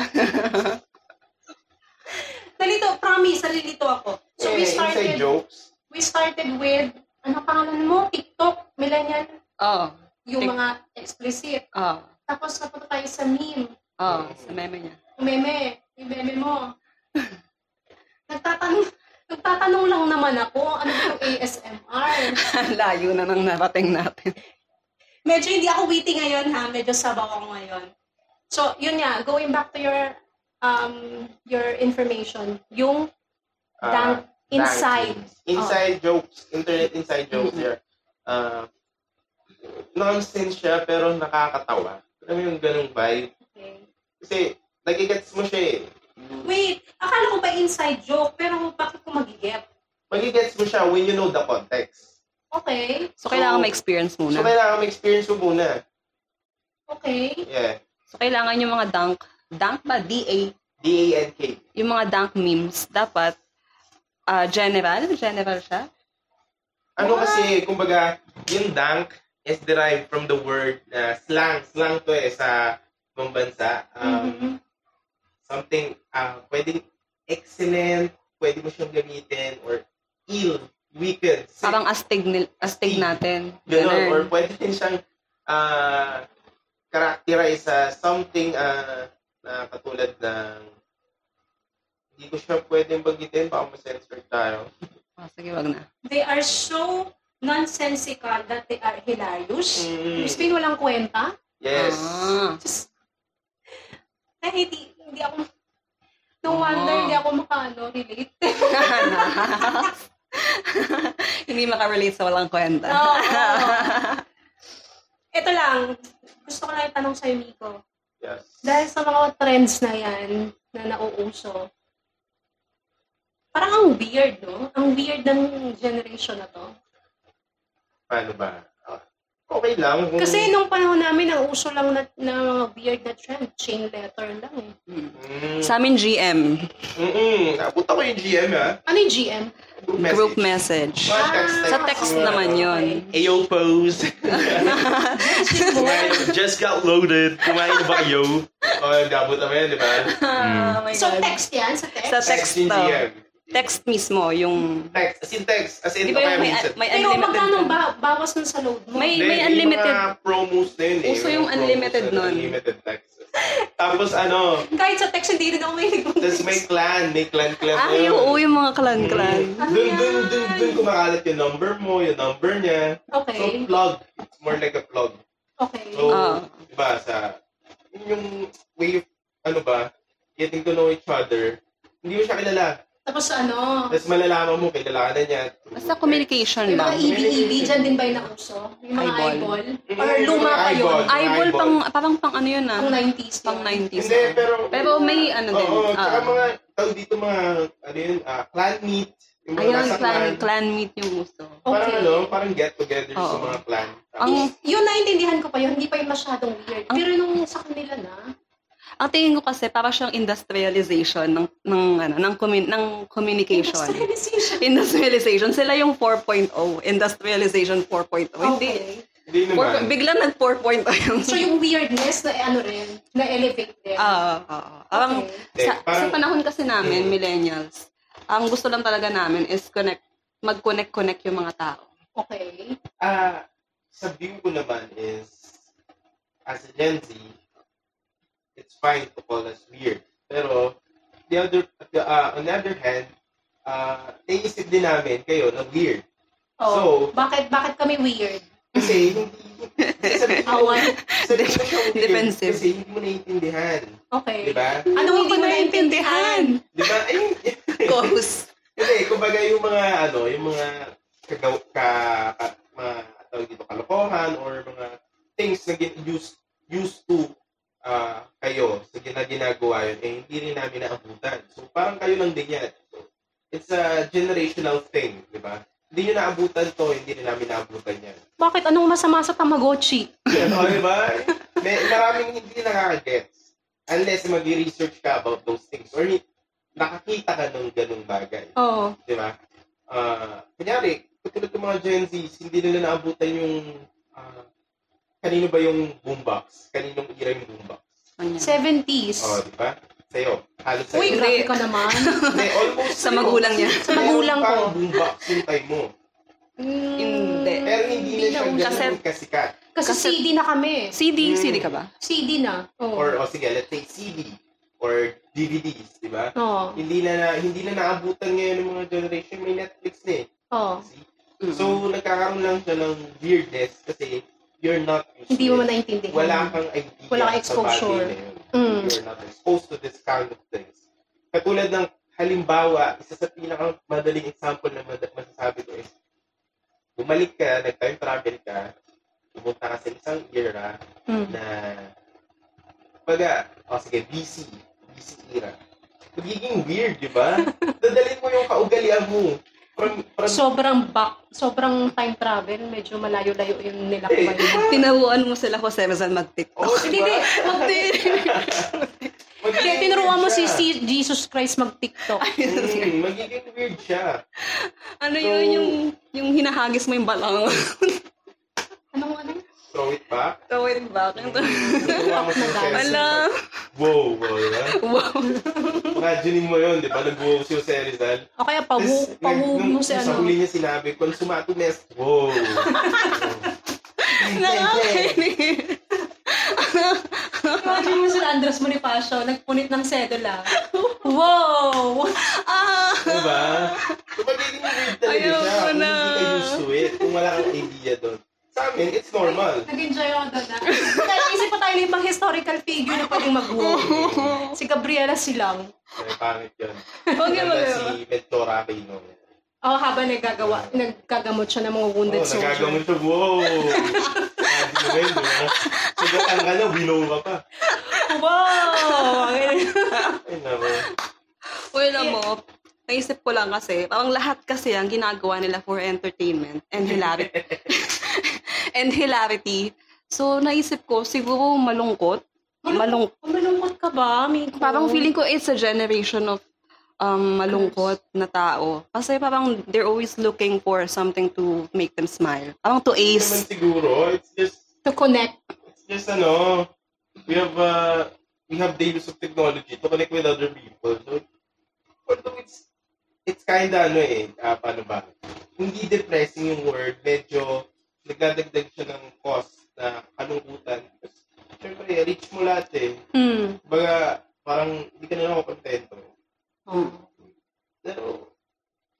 nalito. Promise. Nalilito ako. So, we
Eh, inside
started,
jokes.
we started with, ano pangalan mo? TikTok. Millennial.
Oo,
Yung
Tik-
mga explicit.
oo,
Tapos, napunta tayo sa meme.
oo, sa meme niya.
Yung meme. Yung meme mo. Nagtatanong, nagtatanong lang naman ako, ano ba yung ASMR?
Layo na nang narating natin.
medyo hindi ako witty ngayon ha, medyo sabaw ako ngayon. So, yun nga, going back to your um your information, yung
Ah,
dank inside. Oh. Mm-hmm.
Rankings. Inside jokes. Internet inside jokes. Yeah. Uh, nonsense siya, pero nakakatawa. Alam mo yung ganung vibe?
Okay.
Kasi, nagigets mo siya eh.
Wait, akala ko ba inside joke, pero bakit ko magigip?
Magigets mo siya when you know the context.
Okay,
So, kailangan ma-experience
So,
muna.
kailangan ma-experience mo muna.
okay.
Yeah.
So, kailangan yung mga dunk, dunk ba? D-A,
D-A-N-K.
yung mga dunk memes, dapat ah, general, general siya.
Ano kasi, kumbaga, yung dank is derived from the word na slang. Slang to eh sa ibang bansa. Um,
Mhm.
something ah pwedeng excellent, pwede mo siyang gamitin, or ill, wicked, sick,
Parang astig, nil- astig natin.
ganun. Or
Ganun.
pwede din siyang ah characterize sa something ah na katulad ng hindi ko siya pwedeng bagitin, baka ma-censor tayo.
Ah, sige, wag na.
They are so nonsensical that they are hilarious. Ibig
Mm,
sabihin walang kwenta.
yes.
Ah,
Just, eh, hindi, hindi ako, no wonder,
Oo.
hindi ako makaano, relate.
Hindi makarelate sa walang kwenta.
Oo. Ito lang, gusto ko lang itanong sa'yo, Miko.
Yes.
Dahil sa mga trends na yan, na nauuso, parang ang weird, no? Ang weird ng generation na to.
Paano ba? Ah, Okay lang. Kung,
Kasi
Mm.
nung panahon namin, ang uso lang na, na mga weird na trend, chain letter lang eh.
Mm,
Sa amin, GM.
mm Napunta ko yung GM, ha?
Ano yung Ah, GM?
Group
Group
Oh,
message.
Mga
Sa text
mga-
naman yun.
Ayo pose. Mm. Kumain, just got loaded. Kumain na ba kayo? O, oh, nabot naman, di ba?
Ah, my
So
God.
text yan? Sa text?
Sa text
in
daw.
GM.
Text mismo, yung...
Text, as in text. As
Di
in,
ba
okay,
yung may,
minsan.
may
Pero
unlimited?
magkano ba, bawas nun sa load mo?
May,
Then,
may
yung
unlimited.
mga promos na yun eh.
Uso
mga
yung
promos
unlimited
na
nun.
Unlimited text. Tapos ano,
Kahit sa text, hindi rin ako may
tapos may clan, may clan-clan
Ah,
na yun.
yung, oo, yung mga klan-klan.
Ano
Doon, doon,
yan?
doon, doon kumakalat yung number mo, yung number niya. So,
Okay.
plug. It's more like a plug.
Okay.
So,
Oo.
diba, sa, yun yung way of, ano ba, getting to know each other, hindi mo siya kilala.
Tapos ano?
Tapos malalaman mo, kilala ka na niya.
Basta communication
Yung mga E
lang.
EB-EB, dyan din ba yung nauso? Yung mga
Ano Eyeball.
eyeball?
Mm,
Mm-hmm.
Or e-, luma pa yun?
eyeball.
Eyeball, pang, parang pang ano yun ah.
Pang 90s. yun.
Pang 90s.
Hindi,
ah.
pero,
Pero may ano din.
oo, tsaka
ah.
mga, tawag dito mga, ano yun, ah, clan meet. Yung mga
Ayun,
nasa
clan, clan meet yung gusto.
Parang ano,
Okay.
parang get together sa
Oo.
mga clan.
Ang-
Yun, naiintindihan ko pa yun. Hindi pa yun masyadong weird.
Ang-
Pero nung sa kanila na,
Ang tingin ko kasi para siyang industrialization ng ng ano ng commu- ng communication.
industrialization.
Industrialization sila yung 4.0, industrialization 4.0. Hindi.
Okay.
Hindi
Four,
naman.
bigla nag 4.0 yung
So yung weirdness na ano rin, na-elevate din.
Ah, ah, ah. Parang
Okay.
Hindi,
sa, sa
Eh, parang,
panahon kasi namin,
Mm.
millennials, ang gusto lang talaga namin is connect, mag-connect-connect yung mga tao.
Okay.
ah, sa view ko naman is, as a Gen Z, it's fine to call us weird. Pero, the other, the, uh, on the other hand, uh, naisip din namin kayo na weird.
Oh.
So,
bakit bakit kami weird?
kasi hindi, sabi ko,
Awan.
sabi ko siya weird
Defensive.
kasi hindi mo naiintindihan.
Okay.
Di ba?
Anong hindi mo naiintindihan?
Di ba? Ayun,
Chorus.
Hindi, kumbaga yung mga ano, yung mga kagaw, ka, ka mga tawag dito kalokohan or mga things na gin, used, used to ah, kayo sa gina- ginagawa yun, eh hindi rin namin naabutan. So parang kayo lang din yan. So, it's a generational thing, di ba? Hindi nyo naabutan to, hindi rin namin naabutan yan.
Bakit anong masama sa Tamagotchi?
Yan, o, Oh, di ba? May, maraming hindi nakakagets. Unless mag-research ka about those things or nakakita ka ng ganung bagay
Oo.
di ba? Ah, kunyari, katulad ng mga Gen Zs, hindi nila naabutan yung ah, kanino ba yung boombox? Kaninong era yung boombox?
Ganyan.
70s.
Oh, di ba? Sa'yo. Halos sa'yo.
Uy,
Hindi.
grabe ka naman.
Hindi, almost
Sa
sa'yo.
magulang niya.
Sa magulang
Meron
ko.
pang boombox yung time mo.
Mm,
Hindi.
Pero hindi na siya
na uso.
ganun kasikat.
Kasi
Kasi-
CD na kami.
CD,
Mm.
CD ka ba?
CD na. Oh. Oo.
Or, o sige, let's say CD or DVDs, di ba?
Oo.
Hindi na, na- hindi na naabutan ngayon ng mga generation. May Netflix na eh.
Oo.
See?
Mm-hmm.
Mm-hmm.
So, nagkakaroon lang siya ng weirdness kasi you're not used
Hindi
to
mo
it.
man naiintindihan.
wala kang idea
Wala kang
sa bagay
exposure.
na yun.
Mm.
You're not exposed to this kind of things. Katulad ng halimbawa, isa sa pinakamadaling example na mad- masasabi ko is, bumalik ka, nag-time travel ka, pumunta ka sa isang era
Mm.
na, baga, o sige, BC, BC era. Magiging weird, di ba? Dadalhin mo yung kaugalian mo. From, from,
Sobrang back, sobrang time travel, medyo malayo-layo yung nilakbay. mo.
Tinabuan mo sila Jose Rizal
Oo,
mag-TikTok.
oh, di
Hindi,
ba?
hindi. Mag- Hindi,
Magiging
tinuruan mo
weird
si,
siya.
si Jesus Christ mag-TikTok.
Mm, magiging weird siya.
ano
So-
yun, yung, yung hinahagis mo yung balang.
Anong ano?
Throw it back.
so, wait back.
Tuwa mo sa Jose.
Alam.
Wow, wow, diba?
Wow.
Imagine mo yun, di ba? Nag-wow si Jose Rizal.
O kaya pawu,
Tapos,
pawu mo
nung-
si
Sa huli
ano.
niya sinabi, kung sumatumes, wow.
Nakakainis.
Imagine mo sila Andres Bonifacio, nagpunit ng sedula. Wow!
ah!
diba? So, magiging weird talaga
Ayaw
siya.
ko
Kung
na.
hindi ka used to it, kung wala kang idea doon. Sa amin, it's normal.
Nag-enjoy ako ah. doon na. Kaya isip pa tayo ng ibang historical figure na pwedeng mag-wow. Si Gabriela Silang.
May pangit yun.
Huwag yun, huwag
Maganda
yun.
Si Melchor Aquino.
Oh, habang nagagawa, nagkagamot siya ng mga wounded
Oh,
soldier.
nagagamit siya, wow. Sabi mo yun, di ba? Sugatan ka na, winong ka pa.
Wow!
Ay, naman.
Well, alam mo, naisip ko lang kasi, parang lahat kasi ang ginagawa nila for entertainment and hilarity. and hilarity. So, naisip ko, siguro malungkot. Malungkot.
Malungkot Oh. ka ba, amigo?
Parang feeling ko it's a generation of um, malungkot na tao. Kasi parang they're always looking for something to make them smile. Parang to
Hindi naman
ace.
siguro. It's just,
To connect.
it's just ano, we have, uh, we have the use of technology to connect with other people. So, although it's, it's kinda ano eh, ah, paano ba? Hindi depressing yung word. Medyo nagdadagdag siya ng cost na kalungkutan. Kasi, Siyempre, reach mo lahat eh.
Hmm.
Baga, parang hindi ka na lang kontento.
Oh.
Pero,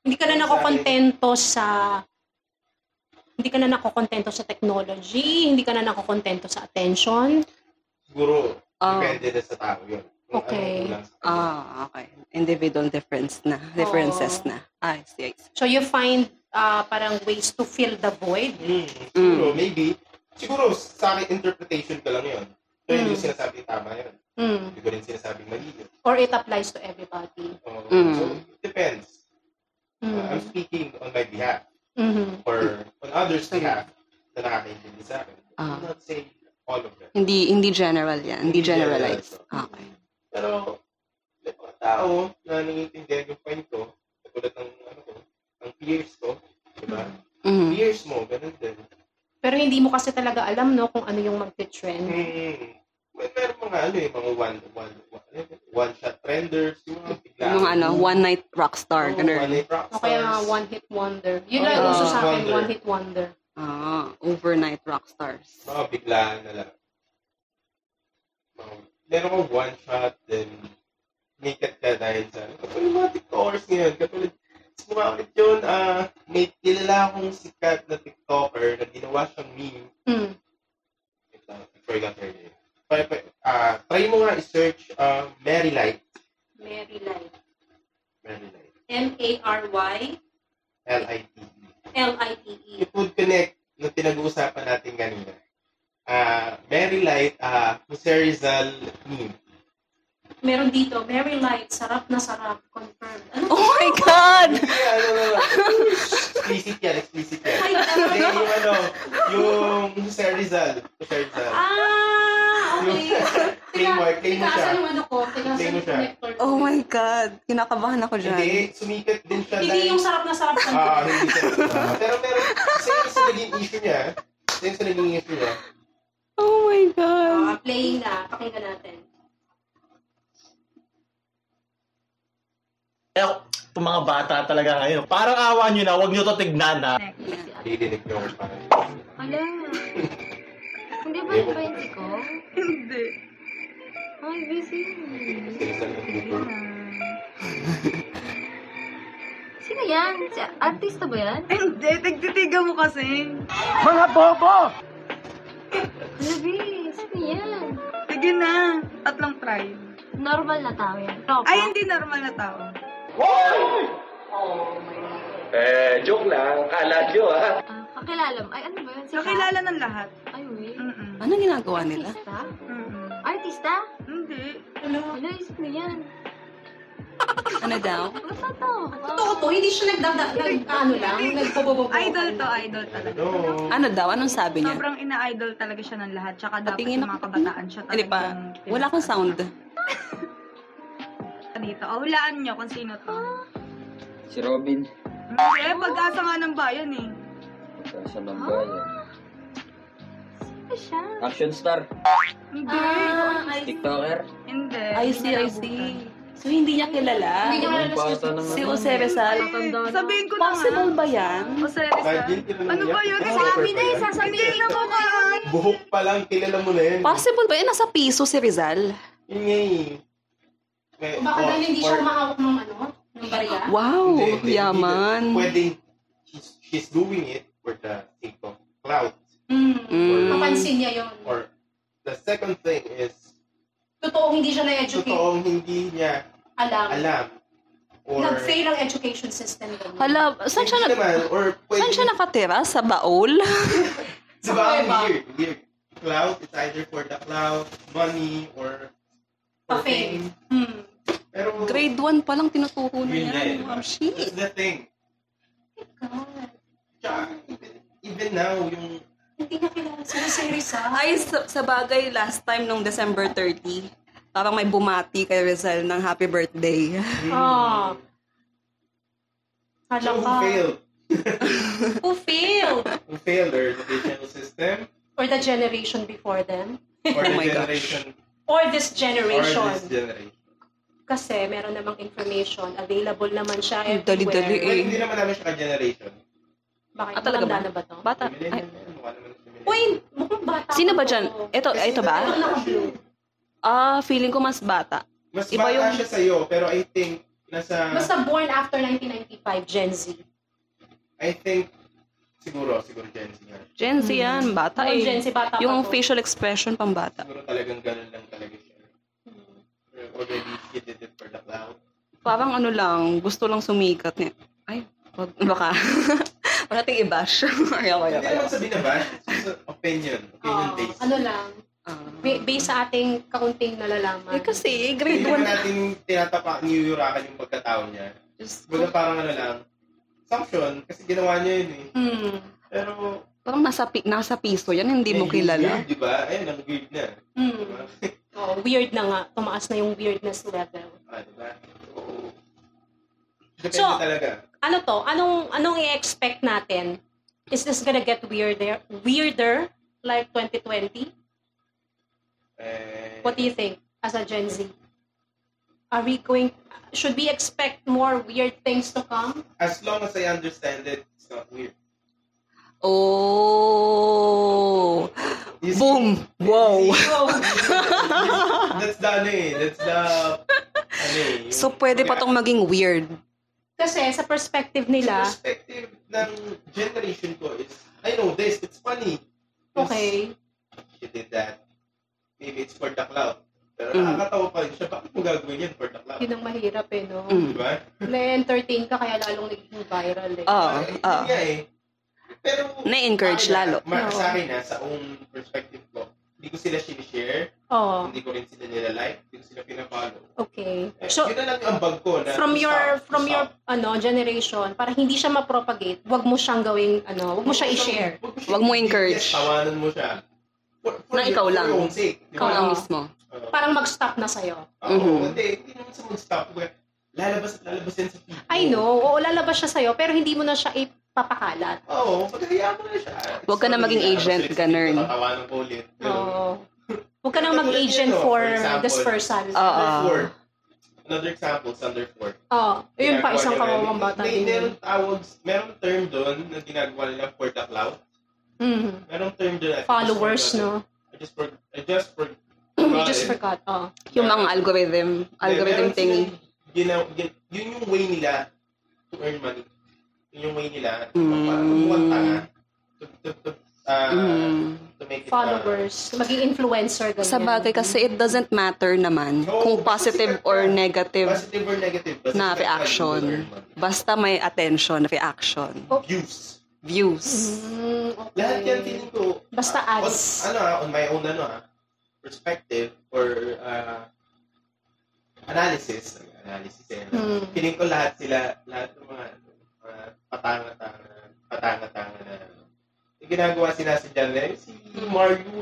Hindi ka na nakokontento sa hindi ka na nakokontento sa technology, hindi ka na nakokontento sa attention.
siguro,
Oh.
depende na sa tao yun. Kung
Okay.
anong kulang sa tao.
Ah, okay. Individual difference na. Differences na. Ah, I see, I see.
So you find ah, parang ways to fill the void.
Mm, siguro, maybe. Siguro, sa akin, interpretation ka lang yun. So, hindi ko
Mm.
sinasabing tama yun.
Mm.
Hindi ko rin sinasabing mali yun.
Or it applies to everybody.
Oo.
Mm.
So, it depends. Uh, I'm
Mm.
speaking on my behalf
Mhm.
or on others'
Sorry.
behalf na nakakaintindi sa akin.
Mm. Ah.
I'm not saying all of them.
Hindi, hindi general yan. Hindi
Hindi general,
generalized. Ah.
no.
Okay.
Pero, may mga tao na nangintindihan yung point ko, katulad ng, ano ko, ng peers ko, di ba?
Mm.
Peers mo, ganun din.
Pero hindi mo kasi talaga alam no kung ano yung magte-trend.
Mm. May meron mga ano eh, mga one, one, one, one shot trenders, yung mga bigla.
Yung mga ano, one night rock star.
one
Ganun.
night rock
O kaya
stars.
one hit wonder. Yun lang
Oh,
uso sa akin,
Hmm. wonder.
one hit wonder.
Ah, overnight rock stars.
Mga biglaan na lang. Mga, meron ko one shot, then naked ka dahil sa, kapag yung mga tiktokers ngayon, katulad, sumama ulit yun, ah, may kilala akong sikat na tiktoker na ginawa siyang meme.
Mm.
Wait lang, I forgot her name. Pa- pa- ah, try mo nga i-search ah, Mary Light.
Mary Light.
Mary Light.
M A R Y
L-I-T-E.
L I T E.
yung Food Connect na pinag-uusapan natin kanina. Ah, very light, ah, Jose Rizal meme.
Meron dito, Mary Light, sarap na sarap, confirmed. Ano?
Oh my God!
Hindi, ano na lang. Explicit yan, explicit yan.
Ay,
Hindi, yung ano, yung Jose Rizal. Jose Rizal.
Ah,
Yung
okay.
claim mo, claim mo siya.
Tikasan yung ano ko, tikasan
Claim mo
yung
siya.
connector ko.
Oh my God! Kinakabahan ako dyan.
Hindi, sumikat din siya
Hindi yung sarap na sarap ng
Ah, hindi siya. Ah, pero meron, isa yung sa naging issue niya, isa yung sa naging issue niya,
Oh my God!
Ah, playing na, pakinggan natin.
Eh, itong mga bata talaga ngayon. Parang awa nyo na, huwag nyo to tignan na.
didinig niyo ako parang.
Ala. Hindi ba yung 20 ko? Hindi. Ay, busy.
Jose Rizal ng Google.
Sino yan? Si artista ba yan?
Hindi, tagtitiga mo kasi.
Grabe, sino yan?
Sige na, tatlong try.
Normal na tao yan. Tropa.
Ay, hindi normal na tao.
Ah, kakilala mo. Ay, ano ba yun? Si Kat?
Nakilala ng lahat.
Ay, wait.
Mm-mm.
Ano ginagawa nila?
Artista?
Mm. Mm-mm.
Artista?
Hindi.
Ano, sino yan?
Ano daw?
Basta to.
Totoo to, hindi siya nagdada, nag, ano lang, nagpobobobo.
Idol to, idol talaga.
Ano?
Ano daw? Anong sabi niya?
Sobrang ina-idol talaga siya ng lahat. Tsaka dapat
Patingin ako.
yung mga kabataan siya talaga.
Hindi Ano pa. Wala akong sound.
Dito. O, hulaan nyo kung sino to.
Si Robin,
Hindi, eh, pag-asa nga ng bayan eh.
sa Nambayan.
Ano siya?
Action star,
Hindi.
Ah, I see.
TikToker.
Hindi.
I see, I see. So, hindi niya kilala.
Hindi niya
Ang bata naman.
Si Jose Rizal.
Hindi. Sabihin ko na nga.
Possible ba yan?
O, seryosa.
Imagine, kilala
Ano
niya.
ba yun?
Ano
Sa
ba
amin
yun?
Sabihin na eh, mo ano ka.
Buhok pa lang, kilala mo na yun.
Possible ba yan? Nasa piso si Rizal.
Yun nga eh. May-
Baka
or-
dahil hindi siya
or- Ah.
umahawak ng ano, ng barya.
Wow,
Hindi, hindi, hindi.
Oh, yaman.
Pwedeng she's, she's doing it for the sake of clout.
Mm.
Mm.
Mapansin niya yun.
Or the second thing is,
Totoo, hindi siya na-educate.
totoong hindi niya
Alam.
alam. Or,
Nag-fail ang education system. doon.
Hala, saan siya, na,
hindi naman, or pwede,
saan siya nakatira? Sa baol?
Di ba, ang weird, weird. Clout, it's either for the clout, money, or for
Pa-fame.
fame.
Mm.
Pero,
Grade 1 pa lang tinuturo na
yun na eh,
yan.
di ba?
Ma'am, shit.
That's the thing.
God.
Tsaka, even, even now, yung
Hindi niya kilala ah. si Osiris, ha?
Ay, sa, sa bagay, last time nung December 30, parang may bumati kay Rizal ng happy birthday.
Hmm.
Ah. Kala
So,
ka.
who failed?
Who failed?
Who failed or educational system
Or the generation before them?
or
Oh
the
my gosh.
generation
Or this
or
generation?
this generation.
Kasi meron namang information. Available naman siya
Ang
everywhere.
dali-dali
Well,
Eh.
hindi naman namin siya ka-generation.
Bakit?
Ah, talaga ba?
Matanda na ba to?
Bata, ay,
Millennial. na, Mukha naman siya millennial.
Uy, mukhang bata.
sino ba
to.
dyan? Ito,
Kasi
ito
Ano
ba?
naka-blue?
Ah, feeling ko mas bata.
Mas
Iba
bata
yung-
siya sa'yo, pero I think, nasa,
Basta born after 1995, Gen Z.
I think, siguro, siguro Gen Z nga.
Gen Z yan, bata
Born Hmm. Gen
eh.
Z, bata pa
Yung
to.
facial expression pang bata.
Siguro talagang ganun lang talaga siya.
Hmm.
Already, he did it for the cloud.
Parang ano lang, gusto lang sumikat niya. Ay, wag, baka. Wala tayong i-bash. Ayaw, ayaw,
Hindi
ayaw.
naman sa binabash, it's just opinion, opinion
Ah,
based.
ano lang,
Ah.
ba- based sa ating kaunting nalalaman.
Eh kasi,
Hindi
grade
naman
1.
natin tinatapak, niyurakan yung pagkatao niya. Baga parang ano lang, assumption, kasi ginawa niya yun eh.
Hmm.
Pero,
Parang nasa, pi- nasa piso yan, hindi mo
eh,
kilala.
Weird, di ba? Ayun, ang weird na.
Hmm.
Diba?
Oh, weird na nga. Tumaas na yung weirdness level.
Ah, diba? Oo. Depende
So,
talaga.
Ano to? Anong anong i-expect natin? Is this gonna get weirder? Weirder like 2020?
Eh,
What do you think as a Gen Z? Are we going should we expect more weird things to come?
as long as I understand it, it's not weird.
Oh!
You see-
Boom! Wow!
That's the ano eh. That's the... ano eh. yung-
So, pwede pa tong maging weird.
Kasi sa perspective
Sa
nila,
perspective ng generation ko is, I know this, it's funny. Because
okay,
She did that. Maybe it's for the cloud. Pero
Mm.
nakakatawa pa rin siya. Bakit mo gagawin yan for the cloud?
yun ang mahirap eh, no?
Mm.
Diba?
Na-entertain ka kaya lalong naging viral eh.
Oo,
Ah, eh, yun
oo.
nga eh. Pero,
Na-encourage
ako na,
lalo.
Ma-
Oo.
sa akin na, sa own perspective ko, hindi ko sila sinishare,
Oo,
hindi ko rin sila nilalike, hindi ko sila pinapollow.
Oh, okay.
Eh,
So,
yun na lang ang bag ko na
from
to
your
stop, to
from your
stop.
ano generation para hindi siya ma-propagate, wag mo siyang gawing ano, wag mo siya i-share.
Wag mo encourage.
Yes, tawanan mo siya. For, for
Na
your-
ikaw
for
lang.
your own sake, di
Ikaw
ba?
lang mismo.
Oo.
Parang mag-stop na sa'yo.
Oo,
Mhm.
hindi, hindi naman sa mag-stop. Kumbaga, Lalabas at lalabas yan sa feed mo.
I know, oo lalabas siya sa'yo pero hindi mo na siya ipapakalat.
Oo, paghahayaan mo na siya. ah,
Huwag ka na maging agent, ganun.
Tatawanan ko ulit. Ganun.
Oo. Huwag ka nang mag-agent for this person.
uh,
Oo.
Thunderford. Another example, Thunderford.
Oo, yun pa
Ginagawa
isang
nila ano yun.
kawawang bata
May,
din. yun.
meron tawag, meron term doon na ginagawa nila for the cloud.
Mhm.
Merong term doon. I just
Followers,
forgot
no?
it. I just for, I just for,
You just forgot. Oo.
Yung mga algorithm, algorithm thingy.
Ginaw, gin, yun yung way nila to earn money. Yun yung way nila to
Mm.
para magbuhat tanga, to, to, to, uh,
Mm.
to make it, uh,
Followers. Maging influencer, ganyan.
Sa bagay kasi it doesn't matter naman kung positive or negative.
positive or negative. basta
Na
sikat ka,
reaction.
you will earn money.
Basta may attention, reaction,
Views.
views.
Mm,
Lahat
okay.
yan feeling ko.
Basta
ah, on-
ads.
ano ah, on my own ano ah, perspective or uh, analysis. Analysis eh. no?
Hmm.
Feeling ko lahat sila, lahat ng mga mga patanga-tanga, patanga-tanga na ano. Yung ginagawa sinasadya nila. Yung Si Mario,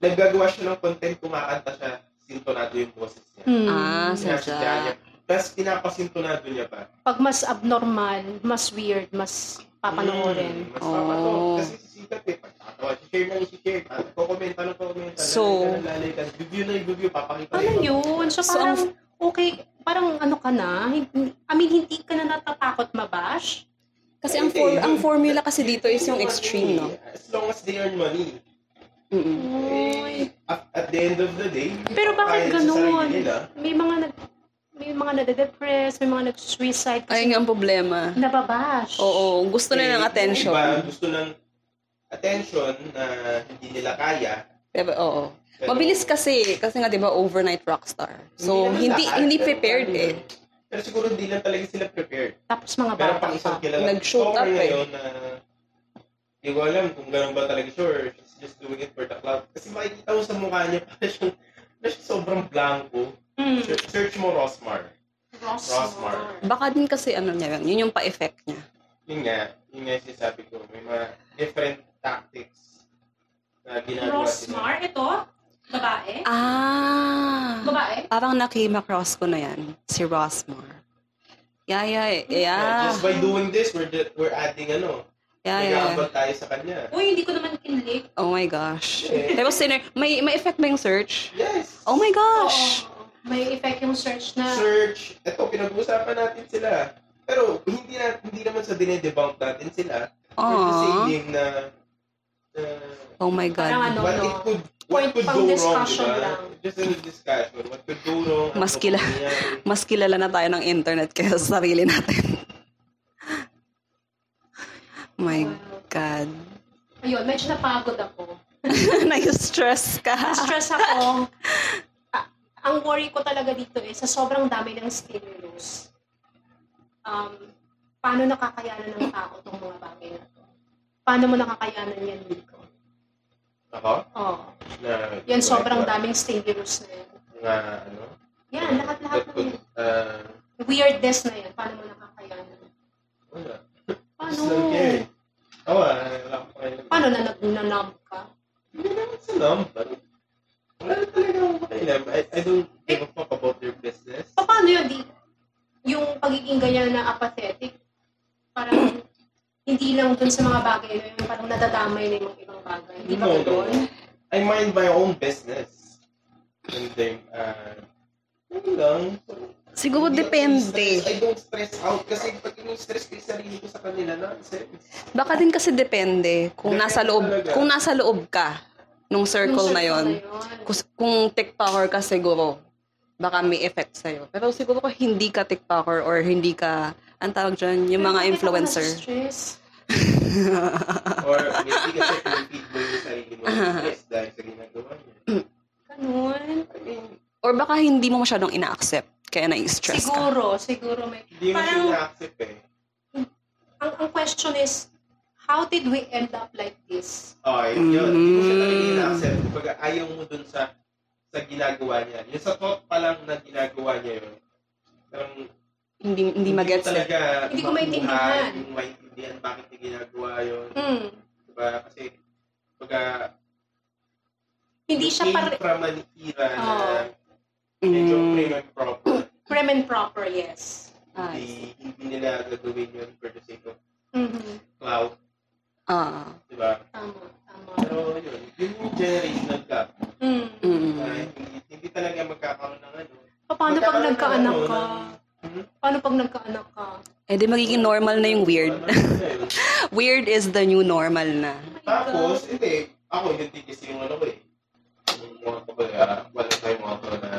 naggagawa siya ng content, kumakanta siya, sintonado yung boses niya.
Mm.
Ah,
Sinasadya niya.
sadya.
Tapos pinapasintonado niya pa.
Pag mas abnormal, mas weird, mas papanoorin.
Mm, mas
Oo.
papanood. Kasi sisikat eh. Pagtatawa, share na share. Kukomment, ano kukomment.
So-
Lalalikan, review na yung review. Papakita
Ano
yung-
yun? So
So,
parang, okay, parang ano ka na? hindi- I mean, hindi ka na natatakot mabash?
Kasi ang,
Eh,
for,
eh,
ang
yun-
formula kasi dito is yung
money.
extreme, no?
As long as they earn money.
Mm-mm.
Eh, at, at the end of the day,
Pero bakit
kaya sa sarili
ganun?
nila.
May mga nag may mga nade-depress, may mga nag-suicide
Ayun
kasi
nga ang problema.
nababash.
Oo, gusto na
Eh,
ng
yung
attention.
iba, gusto ng attention na hindi nila kaya.
Pero, oo.
Pero-
Mabilis kasi, kasi nga 'di ba overnight rockstar. So
naman
hindi
lahat,
hindi
pero
prepared
parang-
eh.
Pero siguro hindi lang talaga sila prepared.
Tapos mga
Pero
bata
pang isang
pa.
kilala.
Nag-shoot up eh.
Ngayon, na hindi ko alam kung ganun ba talaga sure. She's just doing it for the club. Kasi makikita mo sa mukha niya, parang siyang, parang siyang sobrang blanco.
Hmm.
Mm.
Search, search mo Rosmar. Rosmar.
Baka din kasi ano niya, yun, yun yung pa-effect niya.
Yun nga, yun nga yung sinasabi ko. May mga different tactics na ginagawa nila.
Rosmar, ito? Babae?
Ah!
Babae?
Parang nakima-cross ko na yan. Si Rosmar. Yeah, yeah,
Yeah,
yeah.
Uh, Just by doing this, we're ju- we're adding ano,
Yeah, Ah, yeah.
nag-aabang tayo sa kanya.
Uy, hindi ko naman kinlik.
Oh my gosh.
Yeah.
Tapos, siner- may, may effect ba yung search?
Yes!
Oh my gosh!
Oo. May effect yung search na...
Search, ito, pinag-uusapan natin sila. Pero hindi na, hindi naman sa dinedebunk natin sila. We're just
Aww.
saying na, na
Ah. Oh my God.
Parang ano,
uh, what
no?
it could
Point
what could
pang
go wrong,
discussion
diba?
lang.
Just in a discussion, what could go wrong?
Mas
ano
kila-
nangyari.
Mas kilala na tayo ng internet kaya sa sarili natin. my God.
Ayun, medyo napagod ako.
Na-stress ka.
Stress ako. Ah, ang worry ko talaga dito is sa sobrang dami ng stimulus, um, paano nakakayanan ng tao itong mga bagay na to? Paano mo nakakayanan yan, Nico?
Ako?
Oh,
Na,
yan sobrang daming stimulus na yan.
Na, ano?
Yan, lahat-lahat
that
na
could,
yan.
uh,
Weirdness na yan. Paano mo nakakayanan?
wala.
Paano?
Just don't care. Oo, ah, wala akong pakialam.
Paano na nag-numb ka?
Hindi naman sa numb, pero wala na talaga akong pakialam. I, I don't give a fuck about their business.
Pa- Paano yun? Di, yung pagiging ganyan na apathetic, parang hindi lang dun sa mga bagay na yun, parang nadadamay na yung mga ibang bagay. Di ba
No, no.
ganun?
I mind my own business. And then, uh, yun lang.
Siguro
Hindi ako
depende.
stress. I don't stress out kasi pag in-stress ko yung sarili ko sa kanila, nonsense.
Baka din kasi depende kung
Depende
nasa loob
talaga.
kung nasa loob ka nung
Yung
circle
circle
na yon. Kung, kung TikToker ka siguro, baka may effect sa'yo. Pero siguro kung hindi ka TikToker or hindi ka, ang tawag dyan, yung
Bakit
mga
ako
influencer.
na-stress?
Or hindi kasi pinipid mo yung sarili mo ng stress dahil sa ginagawa niya.
Ganun.
I mean,
or baka hindi mo masyadong ina-accept kaya na-stress ka.
Siguro, siguro may...
hindi mo siya
Parang-
na-accept eh.
Ang, ang question is, how did we end up like this?
Okay, Oh, yun. Hindi mo siya talaga
Mm.
ina-accept. Kumbaga, ayaw mo dun sa sa ginagawa niya. Yung sa thought pa lang na ginagawa niya yun, parang
Hindi, hindi magets
mo
eh.
talaga
Hindi ko
makuha
maintindihan.
yung maintindihan bakit niya ginagawa yun.
Hmm.
Diba? Kasi, kumbaga,
Hindi
you
siya
came
par
from an era
Oo.
na medyo
Mm.
prim and proper.
prim and proper, yes.
Ah,
Hindi, hindi nila gagawin yun for the sake of
Mhm.
clout.
Ah,
Diba?
Tama, tama.
Pero yun, yun yung generational gap.
Hmm.
mm.
na hindi, hindi talaga magkakaroon ng ano.
Paano pag
Magkakaroon
nagkaanak
ng
ka?
ano, ng-
Paano pag nagkaanak ka?
Eh di magiging normal na yung weird.
Ano na yun.
weird is the new normal na.
Tapos, hindi, ako yun din kasi yung ano ko eh. Yung mga kumbaga, wala tayong mga to na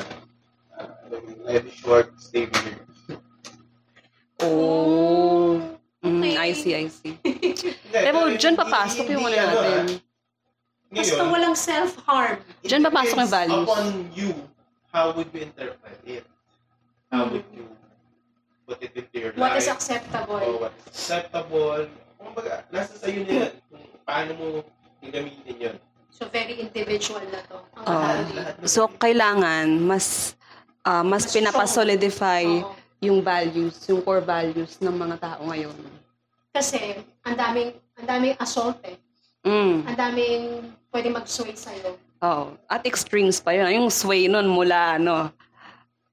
ah, ano yun, life is short, stay weird.
Oh. Mm,
Okay.
I see, I see.
Hindi,
Pero
hindi-
dyan papasok yung ano
hindi ano,
natin.
ah. Ngayon,
Basta walang self-harm.
it
Dyan papasok yung
depends
values.
upon you, how would you interpret it? How would you put it into your
What
life?
is acceptable?
Oh, what is acceptable? Kumbaga, nasa sa'yo na yan. Kung paano mo gagamitin yun.
So, very individual na to. Ang
Oo.
oh.
Lahat na-
Ah, So, kailangan mas ah, mas,
Mas
pinapasolidify
Oo.
yung values, yung core values ng mga tao ngayon.
Kasi, ang daming, ang daming assault eh.
Mm.
Ang daming pwede mag-sway sa'yo.
Oh, at extremes pa yun. Yung sway nun mula ano,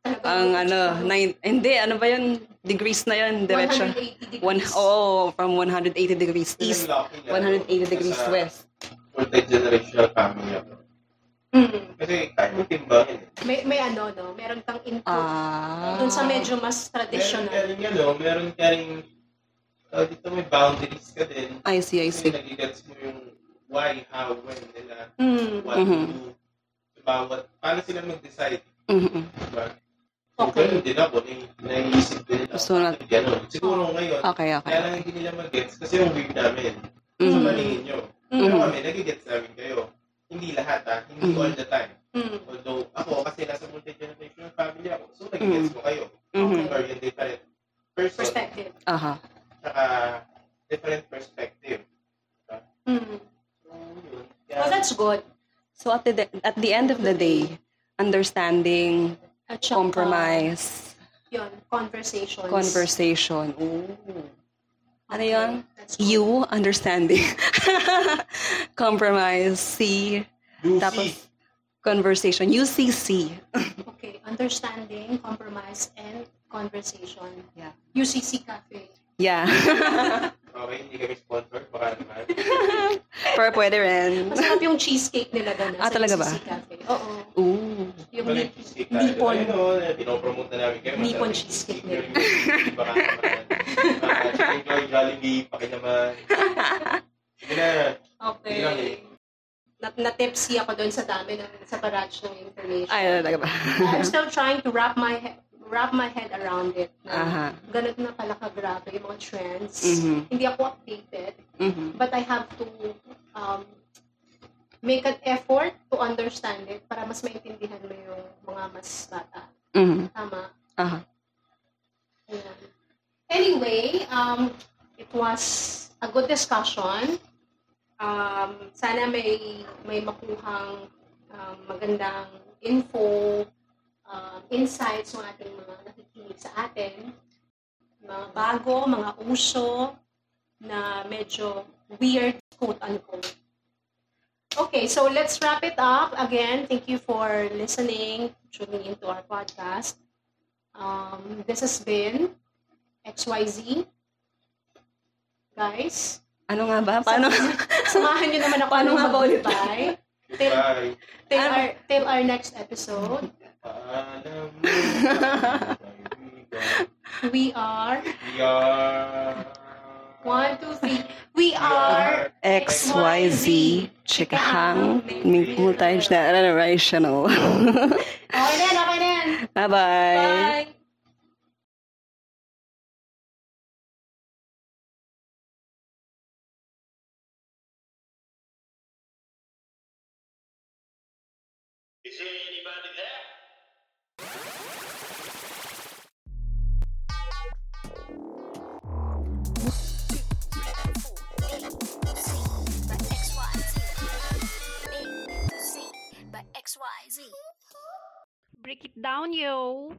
Talagang
ang ano, nine, hindi, ano ba yun? Degrees na yun, diretso.
180 degrees.
One, oh, from 180 degrees east,
Lucky na,
180 degrees
nasa
west.
Multi-generational family ako.
Mm.
Kasi kaya mo timbangin.
May, may ano, no? Meron kang input
Ah.
dun sa medyo mas
Meron ka
traditional.
rin ano, meron ka rin, ah, dito may boundaries ka din.
I see, I
Kasi
see.
nagigets mo yung why, how, when nila,
Mm.
what
Mhm.
to do, sa bawat, paano sila mag-decide.
Mm-mm.
Diba?
Okay.
Ganun din ako, nai- naiisip din ako.
So, nat-
Ganun. Siguro ngayon,
Okay, okay.
kaya lang hindi nila mag-gets kasi yung weird namin. Sa
Mm.
paningin nyo. Pero
Mm-hmm.
kami, nagigets namin kayo. Hindi lahat ha, hindi
Mhm.
all the time.
Mm.
Although ako kasi nasa multi-generational family ako, so
Mm-hmm.
nag-gets ko kayo.
Mhm.
Or yung different person,
Perspective.
Aha.
saka different perspective.
Mm.
So, yun.
Well,
Kaya,
that's good.
So at the, at the end of the day, understanding,
At saka,
compromise,
yun, conversations.
conversation. Ooh. Ano yun? U, understanding. Compromise. C,
Lucy.
Tapos, conversation. UCC.
Okay, understanding, compromise, and conversation.
Yeah.
UCC Cafe.
Yeah.
Okay, hindi kami sponsor. Baka naman.
Pero pwede rin.
Masarap yung cheesecake nila doon. eh.
Ah,
sa
talaga ba?
UCC Cafe. Oo.
Ooh.
Yung
Balik cheesecake tayo.
Nippon.
Ayun, oh, pinopromote na namin kayo.
Nippon
Masarap yung
cheesecake
cheesecake nila. Baka naman. Baka chicken joy, Jollibee, pakinaman. Sige na. Bilang eh.
Okay. Na, na-tipsy ako doon sa dami ng sa barrage ng information.
Ay, talaga ba?
I'm still trying to wrap my he- wrap my head around it. Na,
Aha.
Ganun na pala ka-grabe yung mga trends.
Mhm.
Hindi ako updated,
Mhm.
but I have to um, make an effort to understand it para mas maintindihan mo yung mga mas bata.
Mhm.
Tama?
Aha.
Ayun. Anyway, um, it was a good discussion. Um, sana may may makuhang um, magandang info, um, insights ng ating mga nakikinig sa atin. Mga bago, mga uso na medyo weird, quote-unquote. Okay, so let's wrap it up. Again, thank you for listening, tuning into our podcast. Um, this has been XYZ. Guys,
Ano nga ba? Paano?
samahan niyo naman ako
Paano
nung
nga ba ulit?
mag-goodbye. Till,
Bye.
till,
Ano?
our, till our next episode,
Paalam mo, kaibigan.
we are...
We are...
One, two, three. We are...
XYZ. Chikahang. Multi-generational.
Okay din, okay din.
Bye-bye.
Bye.
Is there anybody there?
Break it down, yo.